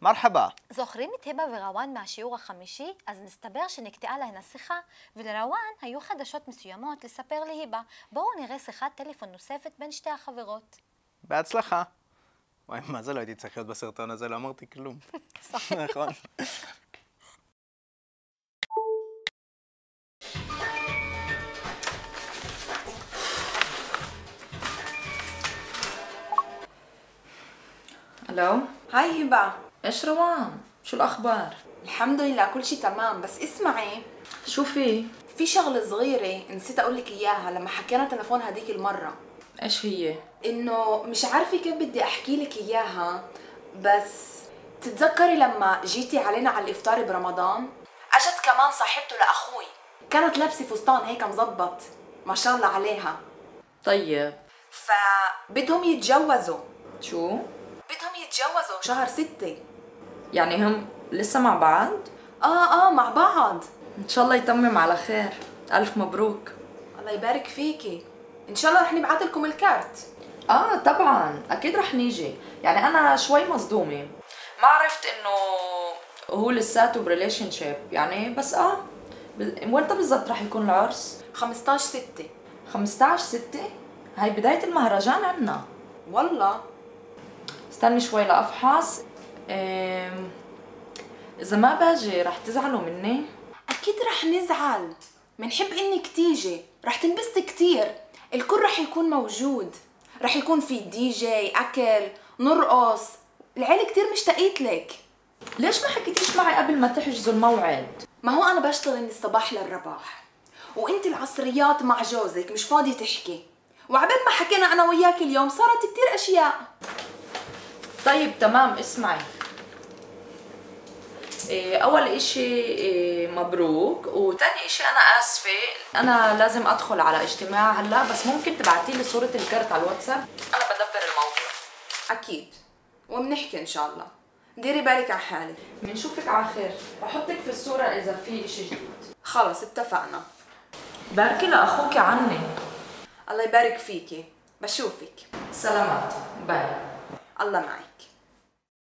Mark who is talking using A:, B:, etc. A: مرحبا
B: זוכרים את היבה ורוואן מהשיעור החמישי? אז מסתבר שנקטעה להן השיחה, ולרוואן היו חדשות מסוימות לספר להיבה. בואו נראה שיחת טלפון נוספת בין שתי החברות.
A: בהצלחה. וואי, מה זה לא הייתי צריך להיות בסרטון הזה? לא אמרתי כלום. נכון.
C: الو
D: هاي هبة
C: ايش روان شو الاخبار
D: الحمد لله كل شي تمام بس اسمعي
C: شو في
D: في شغلة صغيرة نسيت أقولك إياها لما حكينا تلفون هديك المرة
C: ايش هي
D: إنه مش عارفة كيف بدي أحكي لك إياها بس تتذكري لما جيتي علينا على الإفطار برمضان أجت كمان صاحبته لأخوي كانت لابسة فستان هيك مزبط ما شاء الله عليها
C: طيب
D: فبدهم يتجوزوا
C: شو
D: بدهم يتجوزوا شهر ستة
C: يعني هم لسه مع بعض
D: آه آه مع بعض
C: ان شاء الله يتمم على خير الف مبروك
D: الله يبارك فيكي ان شاء الله رح نبعث لكم الكارت
C: اه طبعا اكيد رح نيجي يعني انا شوي مصدومه ما عرفت انه هو لساته بريليشن شيب يعني بس اه بال- ومتى بالضبط رح يكون العرس
D: 15 6
C: 15 6 هاي بدايه المهرجان عنا
D: والله
C: استني شوي لافحص أم، اذا ما باجي رح تزعلوا مني
D: اكيد رح نزعل منحب انك تيجي رح تنبسطي كتير الكل رح يكون موجود رح يكون في دي جي اكل نرقص العيله كتير مشتاقيت لك
C: ليش ما حكيتيش معي قبل ما تحجزوا الموعد
D: ما هو انا بشتغل من الصباح للرباح وانت العصريات مع جوزك مش فاضي تحكي وعبال ما حكينا انا وياك اليوم صارت كتير اشياء
C: طيب تمام اسمعي إيه، اول اشي إيه، مبروك وتاني اشي انا اسفة انا لازم ادخل على اجتماع هلا بس ممكن تبعتي لي صورة الكارت على الواتساب انا بدبر الموضوع
D: اكيد وبنحكي ان شاء الله ديري بالك على حالك
C: بنشوفك على خير بحطك في الصورة اذا في اشي جديد
D: خلص اتفقنا
C: باركي لاخوك عني
D: الله يبارك فيكي بشوفك
C: سلامات باي
D: الله معك